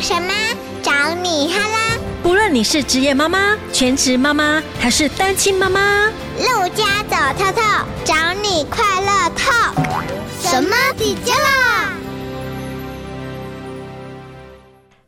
什么？找你哈啦！不论你是职业妈妈、全职妈妈，还是单亲妈妈，陆家走透透，找你快乐透。什么底家啦？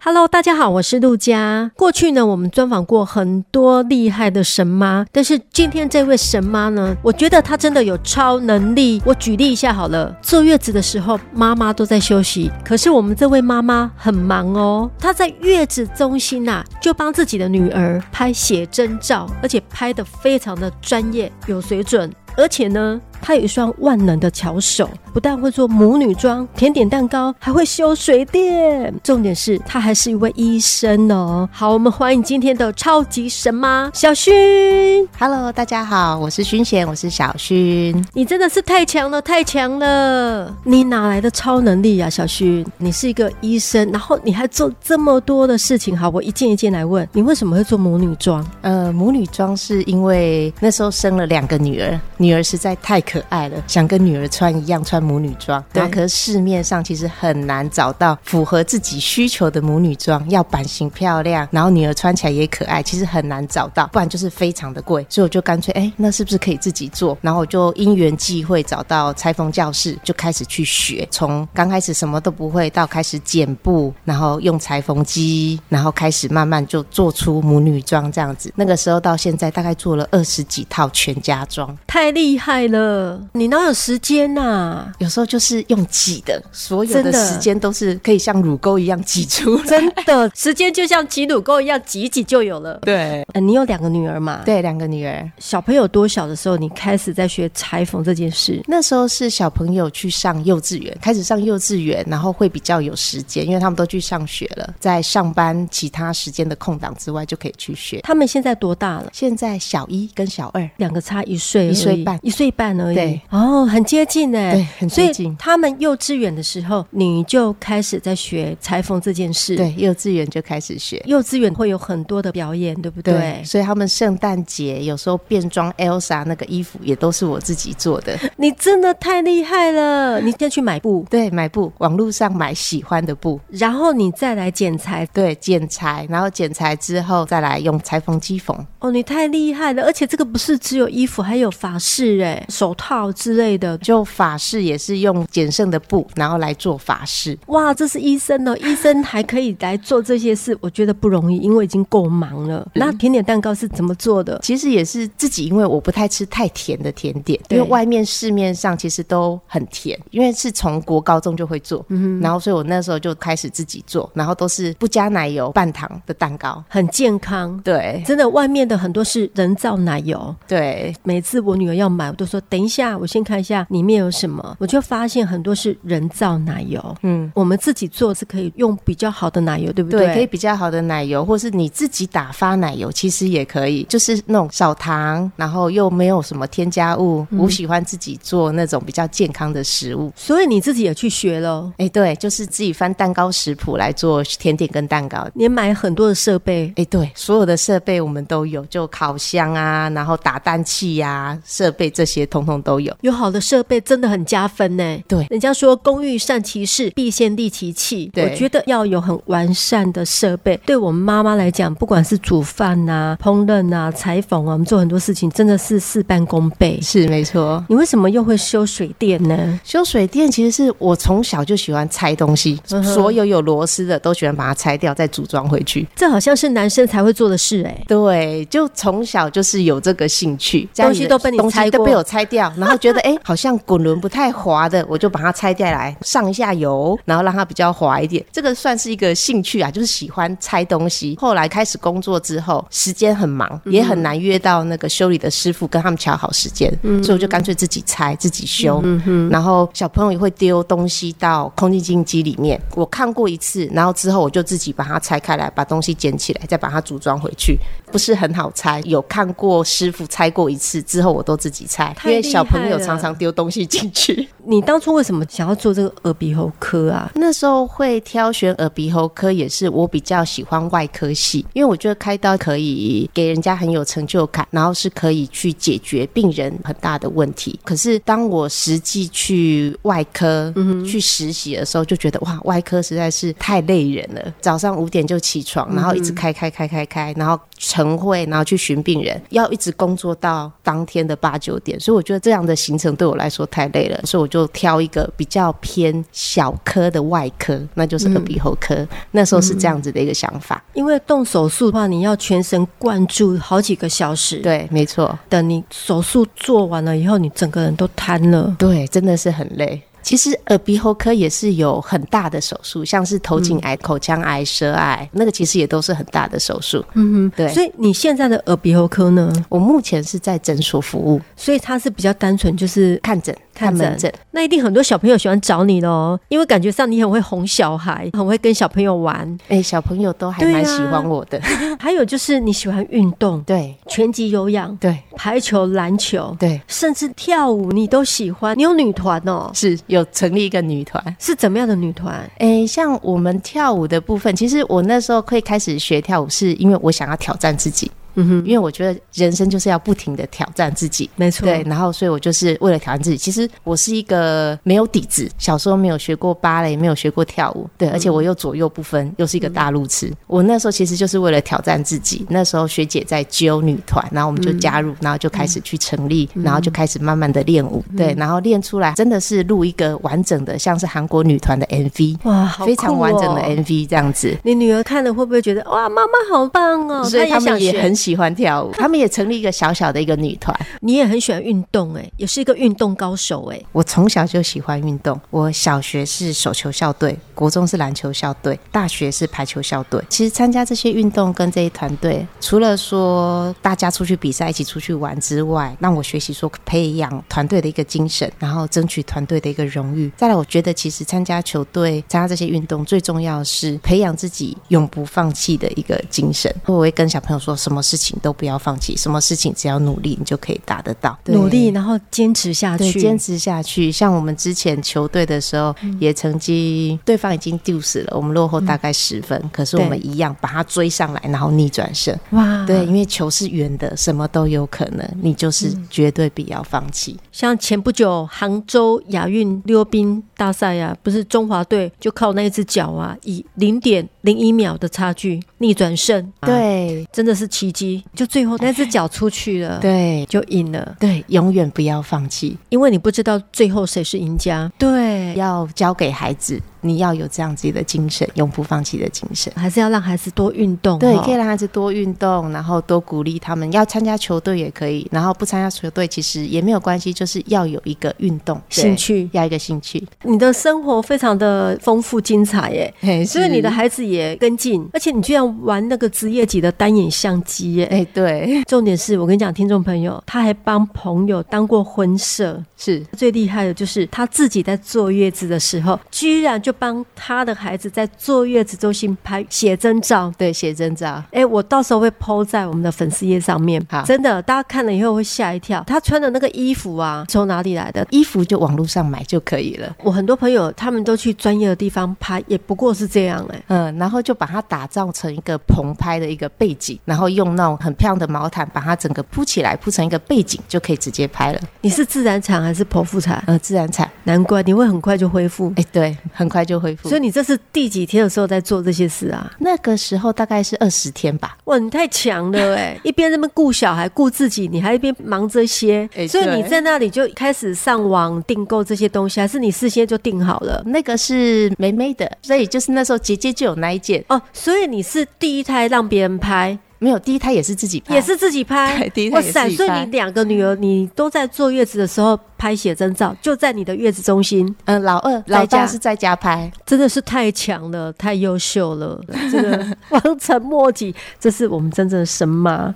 Hello，大家好，我是陆佳。过去呢，我们专访过很多厉害的神妈，但是今天这位神妈呢，我觉得她真的有超能力。我举例一下好了，坐月子的时候，妈妈都在休息，可是我们这位妈妈很忙哦，她在月子中心呐、就帮自己的女儿拍写真照，而且拍得非常的专业，有水准。而且呢，她有一双万能的巧手，不但会做母女装、甜点蛋糕，还会修水电。重点是，她还是一位医生哦。好，我们欢迎今天的超级神妈小薰， Hello，大家好，我是薰贤，我是小薰。你真的是太强了，太强了！你哪来的超能力呀、啊小薰？你是一个医生，然后你还做这么多的事情。好，我一件一件来问，你为什么会做母女装？呃，母女装是因为那时候生了两个女儿，女儿实在太可爱了，想跟女儿穿一样穿母女装。对然后可是市面上其实很难找到符合自己需求的母女装，要版型漂亮，然后女儿穿起来也可爱，其实很难找到，不然就是非常的贵。所以我就干脆，哎，那是不是可以自己做？然后我就因缘际会找到裁缝教室，就开始去学，从刚开始什么都不会到开始剪布，然后用裁缝机，然后开始慢慢就做出母女装这样子。那个时候到现在大概做了二十几套全家装，太厉害了！你哪有时间呐、有时候就是用挤的，所有真的的时间都是可以像乳沟一样挤出来。真的，时间就像挤乳沟一样，挤一挤就有了。对呃，你有两个女儿嘛？，对，两个女儿，小朋友多小的时候，你开始在学裁缝这件事？那时候是小朋友去上幼稚园，开始上幼稚园，然后会比较有时间，因为他们都去上学了，在上班其他时间的空档之外就可以去学。他们现在多大了？现在小一跟小二，两个差一岁而已，一岁半一岁半而已。对，哦，很接近哎，对很接近所以他们幼稚园的时候，你就开始在学裁缝这件事。，对，幼稚园就开始学。幼稚园会有很多的表演，对不对？所以他们圣诞节有时候变装 Elsa 那个衣服也都是我自己做的。 你真的太厉害了！你先去买布， 对，买布，网络上买喜欢的布，然后你再来剪裁。对，剪裁，然后剪裁之后再来用裁缝机缝。哦，你太厉害了！而且这个不是只有衣服，还有法式哎、手套之类的。就法式也是用剪剩的布，然后来做法式。哇，这是医生哦，医生还可以来做这些事，我 觉得不容易，因为已经够忙了。嗯那甜点蛋糕是怎么做的？其实也是自己，因为我不太吃太甜的甜点，对因为外面市面上其实都很甜，因为是从国高中就会做，然后所以我那时候就开始自己做，然后都是不加奶油、半糖的蛋糕。很健康，对真的，外面的很多是人造奶油。对每次我女儿要买，我都说等一下，我先看一下里面有什么。我就发现很多是人造奶油。嗯，我们自己做是可以用比较好的奶油，对不对？对，可以比较好的奶油，或是你自己打发奶油，其实也可以，就是那种少糖，然后又没有什么添加物。我喜欢自己做那种比较健康的食物。所以你自己也去学喽，哎，对，就是自己翻蛋糕食谱来做甜点跟蛋糕。你也买很多的设备。哎，对，所有的设备我们都有，就烤箱啊，然后打蛋器呀、设备这些通通都有。有好的设备真的很加分呢。对人家说公欲善其事，必先利其器。对我觉得要有很完善的设备。对我们妈妈来讲，不管是煮饭呐、烹饪啊、裁缝啊，我们做很多事情真的是事半功倍。是没错。你为什么又会修水电呢？修水电其实是我从小就喜欢拆东西，所有有螺丝的都喜欢把它拆掉，再组装回去。这好像是男生才会做的事哎、对，就从小就是有这个兴趣，家里东西的都被你东拆西过都被我拆掉，然后觉得哎、诶好像滚轮不太滑的，我就把它拆下来，上一下油，然后让它比较滑一点。这个算是一个兴趣啊，就是喜欢拆东西。后来开始工作之后，时间很忙，嗯也很难约到那个修理的师傅跟他们瞧好时间，嗯所以我就干脆自己拆自己修。然后小朋友也会丢东西到空气净机里面，我看过一次，然后之后我就自己把它拆开来，把东西捡起来，再把它组装回去，不是很好拆。有看过师傅拆过一次之后，我都自己拆，太因厉害了为小朋友了常常丢东西进去。你当初为什么想要做这个耳鼻喉科啊？那时候会挑选耳鼻喉科，也是我比较喜欢外科系，因为我觉得开刀可以给人家很有成就感，然后是可以去解决病人很大的问题。可是当我实际去外科、去实习的时候，就觉得哇，外科实在是太累人了。早上五点就起嗯床，然后一直开开开开开，然后晨会，然后去巡病人，要一直工作到当天的八九点，所以我觉得这样的行程对我来说太累了，所以我就挑一个比较偏小科的外科，那就是嗯耳鼻喉科。那时候是这样子的一个想法，因为动手术的话，你要全神贯注好几个小时。，对，没错，等你手术做完了以后，你整个人都瘫了。对，真的是很累。其实耳鼻喉科也是有很大的手术，像是头颈癌、口腔癌、舌癌，那个其实也都是很大的手术。嗯哼，对。所以你现在的耳鼻喉科呢？我目前是在诊所服务，所以它是比较单纯，就是看诊、看看诊门诊。那一定很多小朋友喜欢找你咯，因为感觉上你很会哄小孩，很会跟小朋友玩。哎、小朋友都还对啊蛮喜欢我的。还有就是你喜欢运动， 对拳击、有氧、对排球、篮球，对，甚至跳舞你都喜欢。你有女团哦，是有成立一个女团。是怎么样的女团？诶，哎像我们跳舞的部分，其实我那时候会开始学跳舞，是因为我想要挑战自己。嗯哼，因为我觉得人生就是要不停的挑战自己。没错，对，然后所以我就是为了挑战自己。其实我是一个没有底子，小时候没有学过芭蕾，没有学过跳舞，嗯对，而且我又左右不分，又是一个大路痴。我那时候其实就是为了挑战自己。那时候学姐在揪女团，然后我们就加嗯入，然后就开始去成立，然后就开始慢慢的练舞，嗯对，然后练出来真的是录一个完整的，像是韩国女团的 MV，哇，好非常酷完整的哦 MV 这样子。你女儿看了会不会觉得哇，妈妈好棒哦？所以她他想们也学很，喜欢 跳舞，他们也成立一个小小的一个女团。你也很喜欢运动哎、也是一个运动高手哎、我从小就喜欢运动，我小学是手球校队，国中是篮球校队，大学是排球校队。其实参加这些运动跟这些团队，除了说大家出去比赛、一起出去玩之外，让我学习说培养团队的一个精神，然后争取团队的一个荣誉。再来，我觉得其实参加球队、参加这些运动，最重要的是培养自己永不放弃的一个精神。我会跟小朋友说，什么事情都不要放弃，什么事情只要努力，你就可以达得到。对努力然后坚持下对，去，坚持下啊去。嗯像我们之前球队的时候，也曾经对方已经丢死了，我们落后大概十分，可是我们一样把他追上来，然后逆转胜。哇，对，因为球是圆的，什么都有可能，你就是绝对不要放弃。像前不久杭州亚运溜冰大赛啊，不是中华队就靠那一只脚啊，以零点零一秒的差距逆转胜，啊，对真的是奇迹。就最后那只脚出去了，，呃对就赢了，对，永远不要放弃，因为你不知道最后谁是赢家。对，要教给孩子，你要有这样子的精神，永不放弃的精神。还是要让孩子多运动哦。对，可以让孩子多运动，然后多鼓励他们。要参加球队也可以，然后不参加球队其实也没有关系，就是要有一个运动对兴趣要一个兴趣。你的生活非常的丰富精彩耶。哎，所以你的孩子也跟进，而且你居然玩那个职业级的单眼相机耶！哎，对，重点是我跟你讲，听众朋友，他还帮朋友当过婚摄，是最厉害的就是他自己在坐月子的时候，居然就帮他的孩子在坐月子中心拍写真照。对写真照，哎、我到时候会 PO 在我们的粉丝页上面好，真的，大家看了以后会吓一跳。他穿的那个衣服啊，从哪里来的？衣服就网络上买就可以了。我很多朋友他们都去专业的地方拍，也不过是这样哎、嗯，然后就把它打造成一个棚拍的一个背景，然后用那种很漂亮的毛毯把它整个铺起来，铺成一个背景就可以直接拍了。你是自然产还是剖腹产？呃，自然产，难怪你会很快就恢复。哎，对，很快就恢复。所以你这是第几天的时候在做这些事啊？那个时候大概是二十天吧，哇，你太强了哎、 一边在那边顾小孩、顾自己，你还一边忙这些，哎所以对你在那里就开始上网订购这些东西，还是你事先就订好了？那个是梅梅的，所以就是那时候姐姐就有那一件，哦，所以你是第一胎让别人拍，没有第一胎也是自己拍，也是自己拍对第一，胎哇也是自塞！己所以拍你两个女儿，你都在坐月子的时候拍写真照，就在你的月子中心，嗯，老二、在老家大是在家拍，真的是太强了，太优秀了，真 的望尘莫及。这是我们真正的神妈。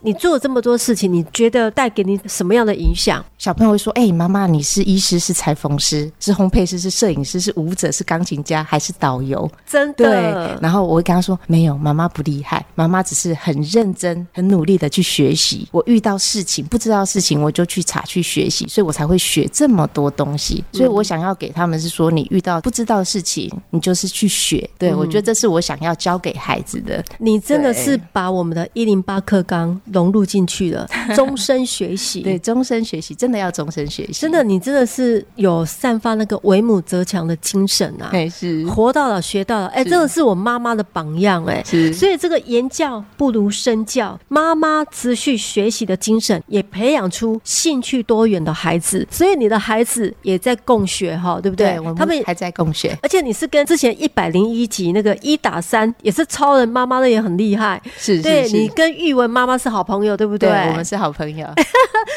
你做了这么多事情，你觉得带给你什么样的影响？小朋友会说：“哎、妈妈，你是医师，是裁缝师，是烘焙师，是摄影师，是舞者，是钢琴家，还是导游真？”对的，，然后我会跟他说：“没有，妈妈不厉害，妈妈只是很认真、很努力的去学习。我遇到事情不知道的事情，我就去查去学习，所以我才会学这么多东西。所以我想要给他们是说，你遇到不知道的事情，你就是去学。对、我觉得这是我想要教给孩子的。你真的是把我们的一零八课纲融入进去 了，终身学习。对，终身学习真的要终身学习，真的，你真的是有散发那个为母则强的精神啊！哎是活到老学到老，哎、是真的是我妈妈的榜样哎、是所以这个言教不如身教，妈妈持续学习的精神，也培养出兴趣多元的孩子。所以你的孩子也在共学哈，对不对？对，我他们们。还在共学。而且你是跟之前一百零一集那个一打三也是超人妈妈的也很厉害，是是对是你跟玉文妈妈是好朋友，对不对？对，我们是好朋 友。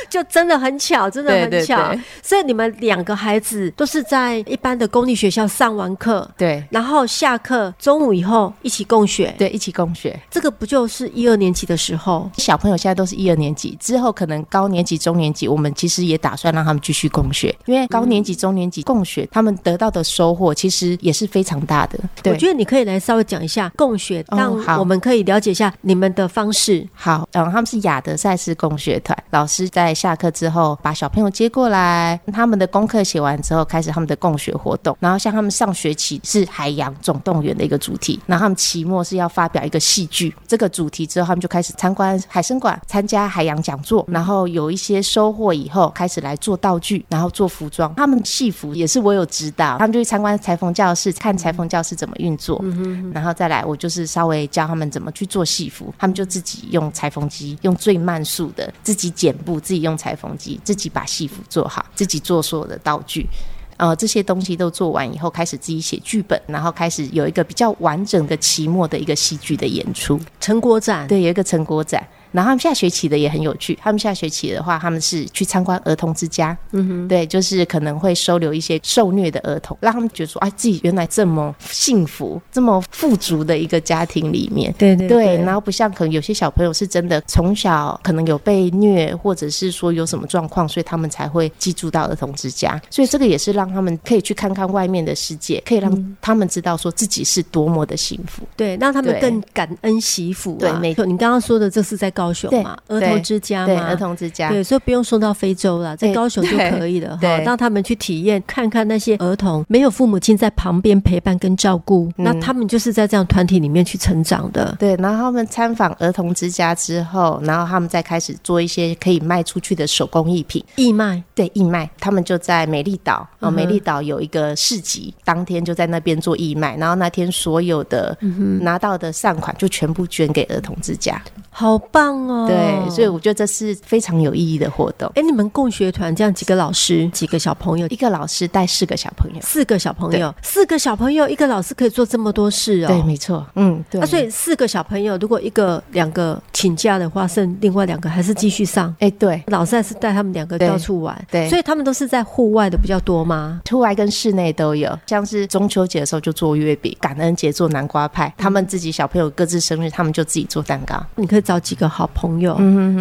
就真的很巧，真的很巧。对对对所以你们两个孩子都是在一般的公立学校上完课，对然后下课中午以后一起共学。对，一起共学。这个不就是一二年级的时候？小朋友现在都是一二年级，之后可能高年级、中年级，我们其实也打算让他们继续共学，因为高年级、中年级共学，他们得到的收获其实也是非常大的。对，我觉得你可以来稍微讲一下共学，哦让好我们可以了解一下你们的方式。好，嗯，他们是雅德赛事共学团，老师在下课之后把小朋友接过来，他们的功课写完之后，开始他们的共学活动。然后像他们上学期是海洋总动员的一个主题，然后他们期末是要发表一个戏剧，这个主题之后，他们就开始参观海参馆，参加海洋讲座，然后有一些收获以后，开始来做道具，然后做服装。他们戏服也是我有指导，他们就去参观裁缝教室，看裁缝教室怎么运作。然后再来，我就是稍微教他们怎么去做戏服，他们就自己用裁缝机，用最慢速的，自己剪布，自己用裁缝机，自己把戏服做好，自己做所有的道具。呃，这些东西都做完以后，开始自己写剧本，然后开始有一个比较完整的期末的一个戏剧的演出。成果展，对，有一个成果展。然后他们下学期的也很有趣，他们下学期的话，他们是去参观儿童之家，嗯哼，对，就是可能会收留一些受虐的儿童，让他们觉得说，啊，自己原来这么幸福、这么富足的一个家庭里面，对对对，对然后不像可能有些小朋友是真的从小可能有被虐，或者是说有什么状况，所以他们才会寄住到儿童之家。所以这个也是让他们可以去看看外面的世界，可以嗯让他们知道说自己是多么的幸福。对，让他们对更感恩惜福、啊。对没错。你刚刚说的这是在高雄嘛？儿对童之家对，嘛？儿童之家，对，所以不用送到非洲了，在对高雄就可以了哈，对对让他们去体验，看看那些儿童没有父母亲在旁边陪伴跟照顾，嗯那他们就是在这样团体里面去成长的。对，然后他们参访儿童之家之后，然后他们再开始做一些可以卖出去的手工艺品，义卖，对，义卖。他们就在美丽岛，哦，嗯哼美丽岛有一个市集，当天就在那边做义卖，然后那天所有的嗯拿到的善款就全部捐给儿童之家。好棒哦！对，所以。我觉得这是非常有意义的活动。哎，你们共学团这样几个老师，几个小朋友，一个老师带四个小朋友，四个小朋友，四个小朋友，一个老师可以做这么多事哦。对，没错，嗯，对。啊，所以四个小朋友，如果一个、两个请假的话，剩另外两个还是继续上。哎，对，老师还是带他们两个对到处玩，对所以他们都是在户外的比较多吗？户外跟室内都有，像是中秋节的时候就做月饼，感恩节做南瓜派，他们自己小朋友各自生日，他们就自己做蛋糕。你可以找几个好朋友，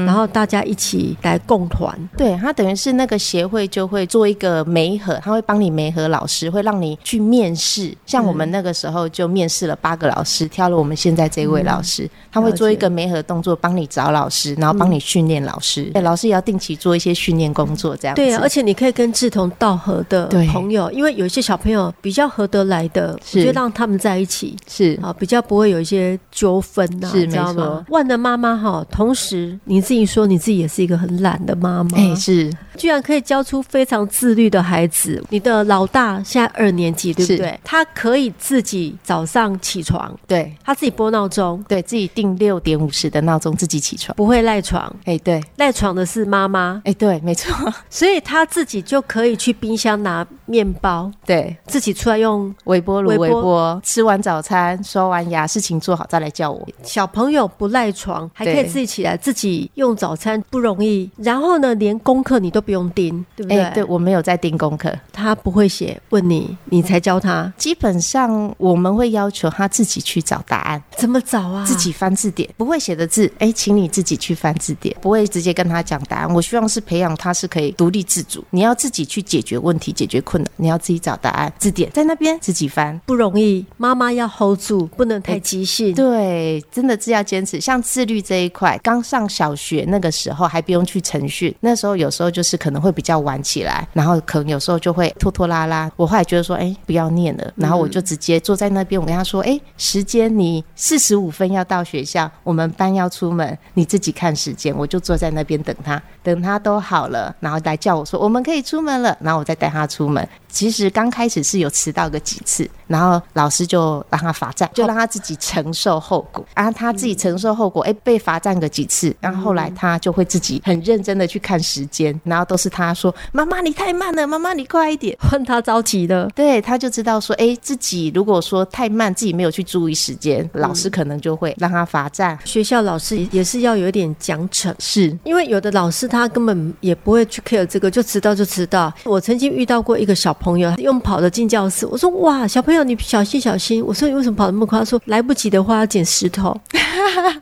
然后大家一起来共团。对，他等于是那个协会就会做一个媒合，他会帮你媒合老师，会让你去面试。像我们那个时候就面试了八个老师，挑了我们现在这位老师，他会做一个媒合动作，帮你找老师，然后帮你训练老师。对，老师也要定期做一些训练工作，这样子。对啊，而且且你可以跟志同道合的对朋友，因为有一些小朋友比较合得来的，我是就让他们在一起。是啊，比较不会有一些纠纷呐、是知道没错吗？万能妈妈哈，同时你自己说你自己也是一个很懒的妈妈，哎、是居然可以教出非常自律的孩子。你的老大现在二年级，对不是对？他可以自己早上起床，对他自己拨闹钟，对，自己定六点五十的闹钟，自己起床。不会赖床，哎、对。赖床的是妈妈，哎、对，没错， 所以他自己就可以去冰箱拿面包，对，自己出来用。微波炉微波微波，吃完早餐，刷完牙，事情做好再来叫我。小朋友不赖床，还可以对自己起来，自己用早餐不容易。然后呢，连功课你都不不用盯，对不哎、对？对我没有在盯功课，他不会写，问你，你才教他基本上我们会要求他自己去找答案，怎么找啊？自己翻字典。不会写的字，哎、请你自己去翻字典，不会直接跟他讲答案。我希望是培养他是可以独立自主，你要自己去解决问题、解决困难，你要自己找答案。字典在那边自己翻。不容易，妈妈要 hold 住，不能太急性。对，真的是要坚持。像自律这一块，刚上小学那个时候还不用去晨训，那时候有时候就是可能会比较晚起来，然后可能有时候就会拖拖拉拉。我后来觉得说，哎，不要念了，然后我就直接坐在那边，我跟他说，哎，时间你四十五分要到学校，我们班要出门，你自己看时间。我就坐在那边等他，等他都好了，然后来叫我说我们可以出门了，然后我再带他出门。其实刚开始是有迟到个几次，然后老师就让他罚站，就让他自己承受后果。啊，他自己承受后果，哎、被罚站个几次，然后后来他就会自己很认真的去看时间，然后都是他说：“妈妈，你太慢了，妈妈，你快一点。”换他着急的，对，他就知道说，哎，自己如果说太慢，自己没有去注意时间，老师可能就会让他罚站。学校老师也是要有一点奖惩。是，因为有的老师他根本也不会去 care 这个，就迟到就迟到。我曾经遇到过一个小朋友，用跑的进教室，我说哇，小朋友你小心小心。我说你为什么跑那么快？他说来不及的话要捡石头，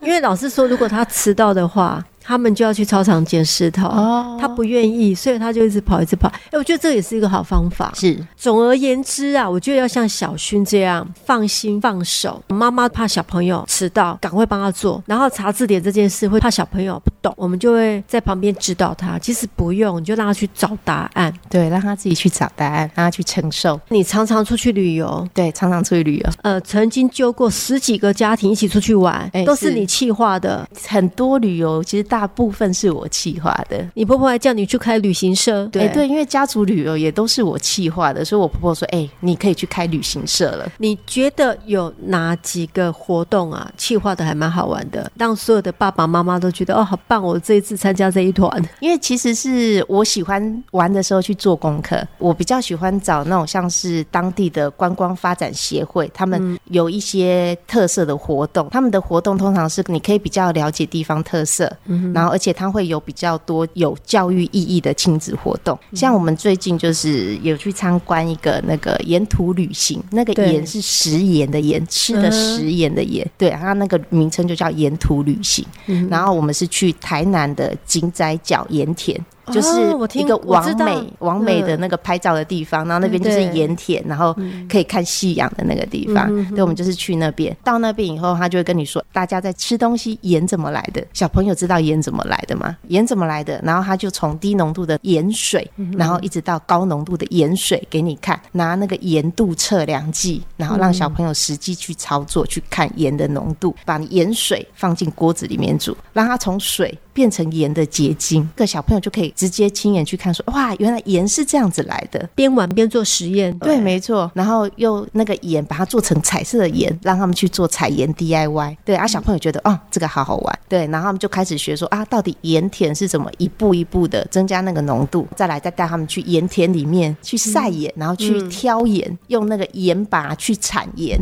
因为老师说如果他迟到的话。他们就要去操场捡石头，哦他不愿意，所以他就一直跑，一直跑。哎、我觉得这也是一个好方法。是总而言之啊，我觉得要像小薰这样放心放手。妈妈怕小朋友迟到，赶快帮他做。然后查字典这件事会怕小朋友不懂，我们就会在旁边指导他。其实不用，你就让他去找答案。对，让他自己去找答案，让他去承受。你常常出去旅游，对，常常出去旅游，呃，曾经揪过十几个家庭一起出去玩，哎都是是你气化的。很多旅游其实大部分是我企划的。你婆婆还叫你去开旅行社，哎、对，因为家族旅游也都是我企划的，所以我婆婆说，哎、你可以去开旅行社了。你觉得有哪几个活动啊，计划的还蛮好玩的，让所有的爸爸妈妈都觉得哦，好棒！我这一次参加这一团，因为其实是我喜欢玩的时候去做功课，我比较喜欢找那种像是当地的观光发展协会，他们有一些特色的活动，他们的活动通常是你可以比较了解地方特色，然后而且它会有比较多有教育意义的亲子活动。像我们最近就是有去参观一个那个沿途旅行，那个对盐是食盐的盐，吃的嗯食盐的盐，对，它那个名称就叫沿途旅行。嗯然后我们是去台南的井仔角盐田。哦就是我听一个我知完道美完美的嗯那个拍照的地方，然后那边就是嗯对嗯盐田，然后可以看夕阳的那个地方。对，我们就是去那边。到那边以后，他就会跟你说，大家在吃东西，盐怎么来的？小朋友知道盐怎么来的吗？盐怎么来的？然后他就从低浓度的盐水，嗯然后一直到高浓度的盐水给你看，拿那个盐度测量计，然后让嗯小朋友实际去操作，去看盐的浓度，把盐水放进锅子里面煮，让它从水变成盐的结晶，这个小朋友就可以直接亲眼去看说哇，原来盐是这样子来的。边玩边做实验。对，没错。然后又那个盐，把它做成彩色的盐，让他们去做彩盐 DIY。对啊，小朋友觉得哦，这个好好玩。对，然后他们就开始学说啊，到底盐田是怎么一步一步的增加那个浓度，再来再带他们去盐田里面去晒盐，然后去挑盐，用那个盐拔去产盐。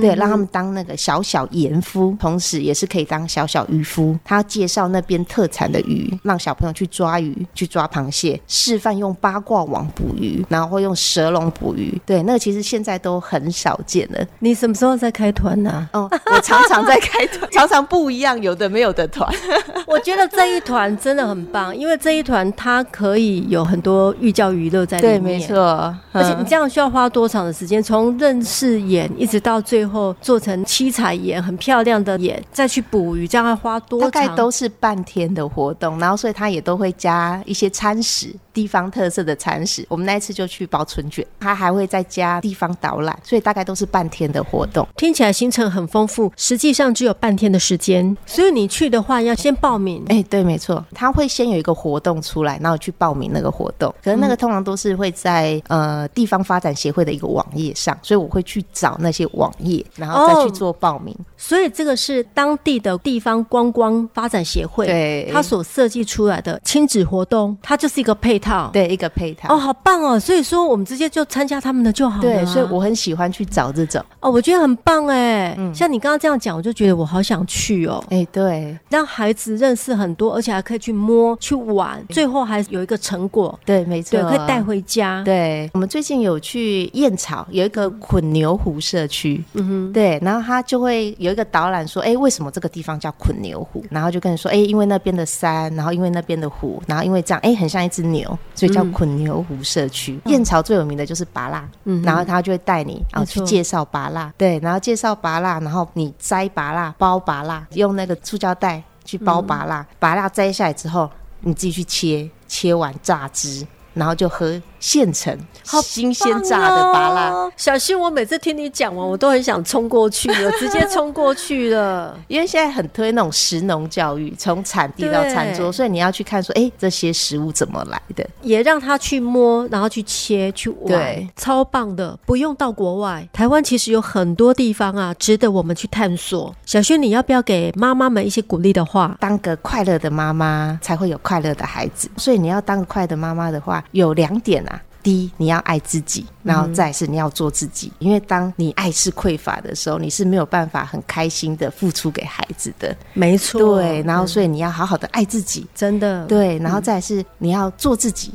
对，让他们当那个小小盐夫，同时也是可以当小小渔夫。他介绍那边特产的鱼，让小朋友去抓鱼、去抓螃蟹，示范用八卦网捕鱼，然后会用蛇笼捕鱼。对，那个其实现在都很少见了。你什么时候再开团啊呢、哦，我常常在开团，常常不一样，有的没有的团。 我觉得这一团真的很棒，因为这一团它可以有很多寓教于乐在里 对，面。没。错。嗯而且你这样需要花多长的时间？从认识眼一直到最后做成七彩眼，很漂亮的眼，再去捕鱼，这样要花多大长？概都是半天的活动，然后所以他也都会加一些餐食，地方特色的餐食。我们那一次就去包春卷，他还会再加地方导览，所以大概都是半天的活动。听起来行程很丰富，实际上只有半天的时间，所以你去的话要先报名。哎、对，没错，他会先有一个活动出来，然后去报名那个活动。可是那个嗯通常都是会在、呃地方发展协会的一个网页上，所以我会去找那些网业，然后再去哦做报名。所以这个是当地的地方观光发展协会，对它所设计出来的亲子活动，它就是一个配套。对，一个配套。哦，好棒哦！所以说我们直接就参加他们的就好了啊、对，所以我很喜欢去找这种。哦，我觉得很棒哎。像你刚刚这样讲，我就觉得我好想去哦。哎、对，让孩子认识很多，而且还可以去摸、去玩，最后还有一个成果，对，没错，对，可以带。回家。对，我们最近有去燕巢有一个捆牛湖社区，嗯哼，对，然后他就会有一个导览说，哎，为什么这个地方叫捆牛湖？然后就跟你说，哎，因为那边的山，然后因为那边的湖，然后因为这样，哎，很像一只牛，所以叫捆牛湖社区。燕巢最有名的就是拔蜡，嗯，然后他就会带你然后去没错介绍拔蜡，对，然后介绍拔蜡，然后你摘拔蜡、包拔蜡，用那个塑胶袋去嗯包拔蜡，拔蜡摘下来之后，你自己去切，切完榨汁。然后就喝现成、好哦新鲜榨的拔拉，蜡，小心我每次听你讲完，我都很想冲过去 了，直接冲过去了。因为现在很推那种食农教育，从产地到餐桌，对所以你要去看说，哎，这些食物怎么来的？也让他去摸，然后去切、去玩对，超棒的！不用到国外，台湾其实有很多地方啊，值得我们去探索。小薰，你要不要给妈妈们一些鼓励的话？当个快乐的妈妈，才会有快乐的孩子。所以你要当个快乐的妈妈的话，有两点啊。第一，你要爱自己，然后再是你要做自己，因为当你爱是匮乏的时候，你是没有办法很开心的付出给孩子的。没错，嗯对，嗯然后所以你要好好的爱自己，真的，对，然后再来是你要做自己。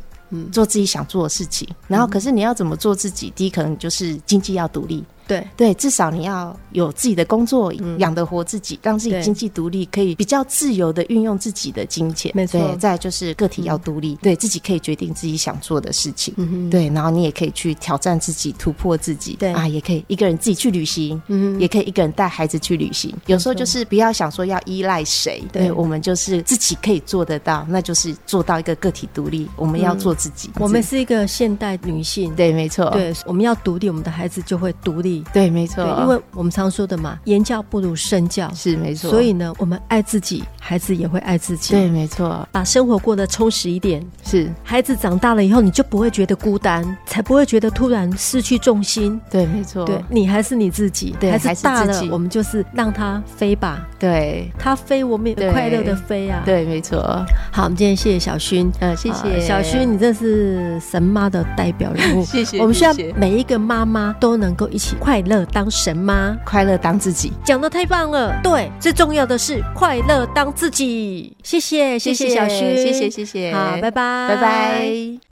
做自己想做的事情，然后可是你要怎么做自己？第一，可能就是经济要独立，对对，至少你要有自己的工作，养得活自己，让自己嗯对经济独立，可以比较自由的运用自己的金钱。没错嗯对再来就是个体要独立，对自己可以决定自己想做的事情。对，然后你也可以去挑战自己，突破自己。对嗯啊，也可以一个人自己去旅行，也可以一个人带孩子去旅行。有时候就是不要想说要依赖谁，对对我们就是自己可以做得到，那就是做到一个个体独立。我们要做自己，嗯我们是一个现代女性，对，没错，对，我们要独立，我们的孩子就会独立。对，没错对，，因为我们常说的嘛，言教不如身教，是没错，所以呢，我们爱自己，孩子也会爱自己。对，，没错，把生活过得充实一点，是。孩子长大了以后，你就不会觉得孤单，才不会觉得突然失去重心。对，没错，对你还是你自己，对孩子还是大自了己，我们就是让他飞吧，对他飞，我们也对快乐的飞啊。，对，没错，好，我们今天谢谢小薰，嗯，谢啊谢小薰，，你真是神妈的代表人物。 谢谢，我们需要谢谢每一个妈妈都能够一起快乐当神妈，快乐当自己，讲的太棒了。对，最重要的是快乐当自己。谢谢，谢谢小薰，谢谢，谢谢，好，拜拜，拜拜。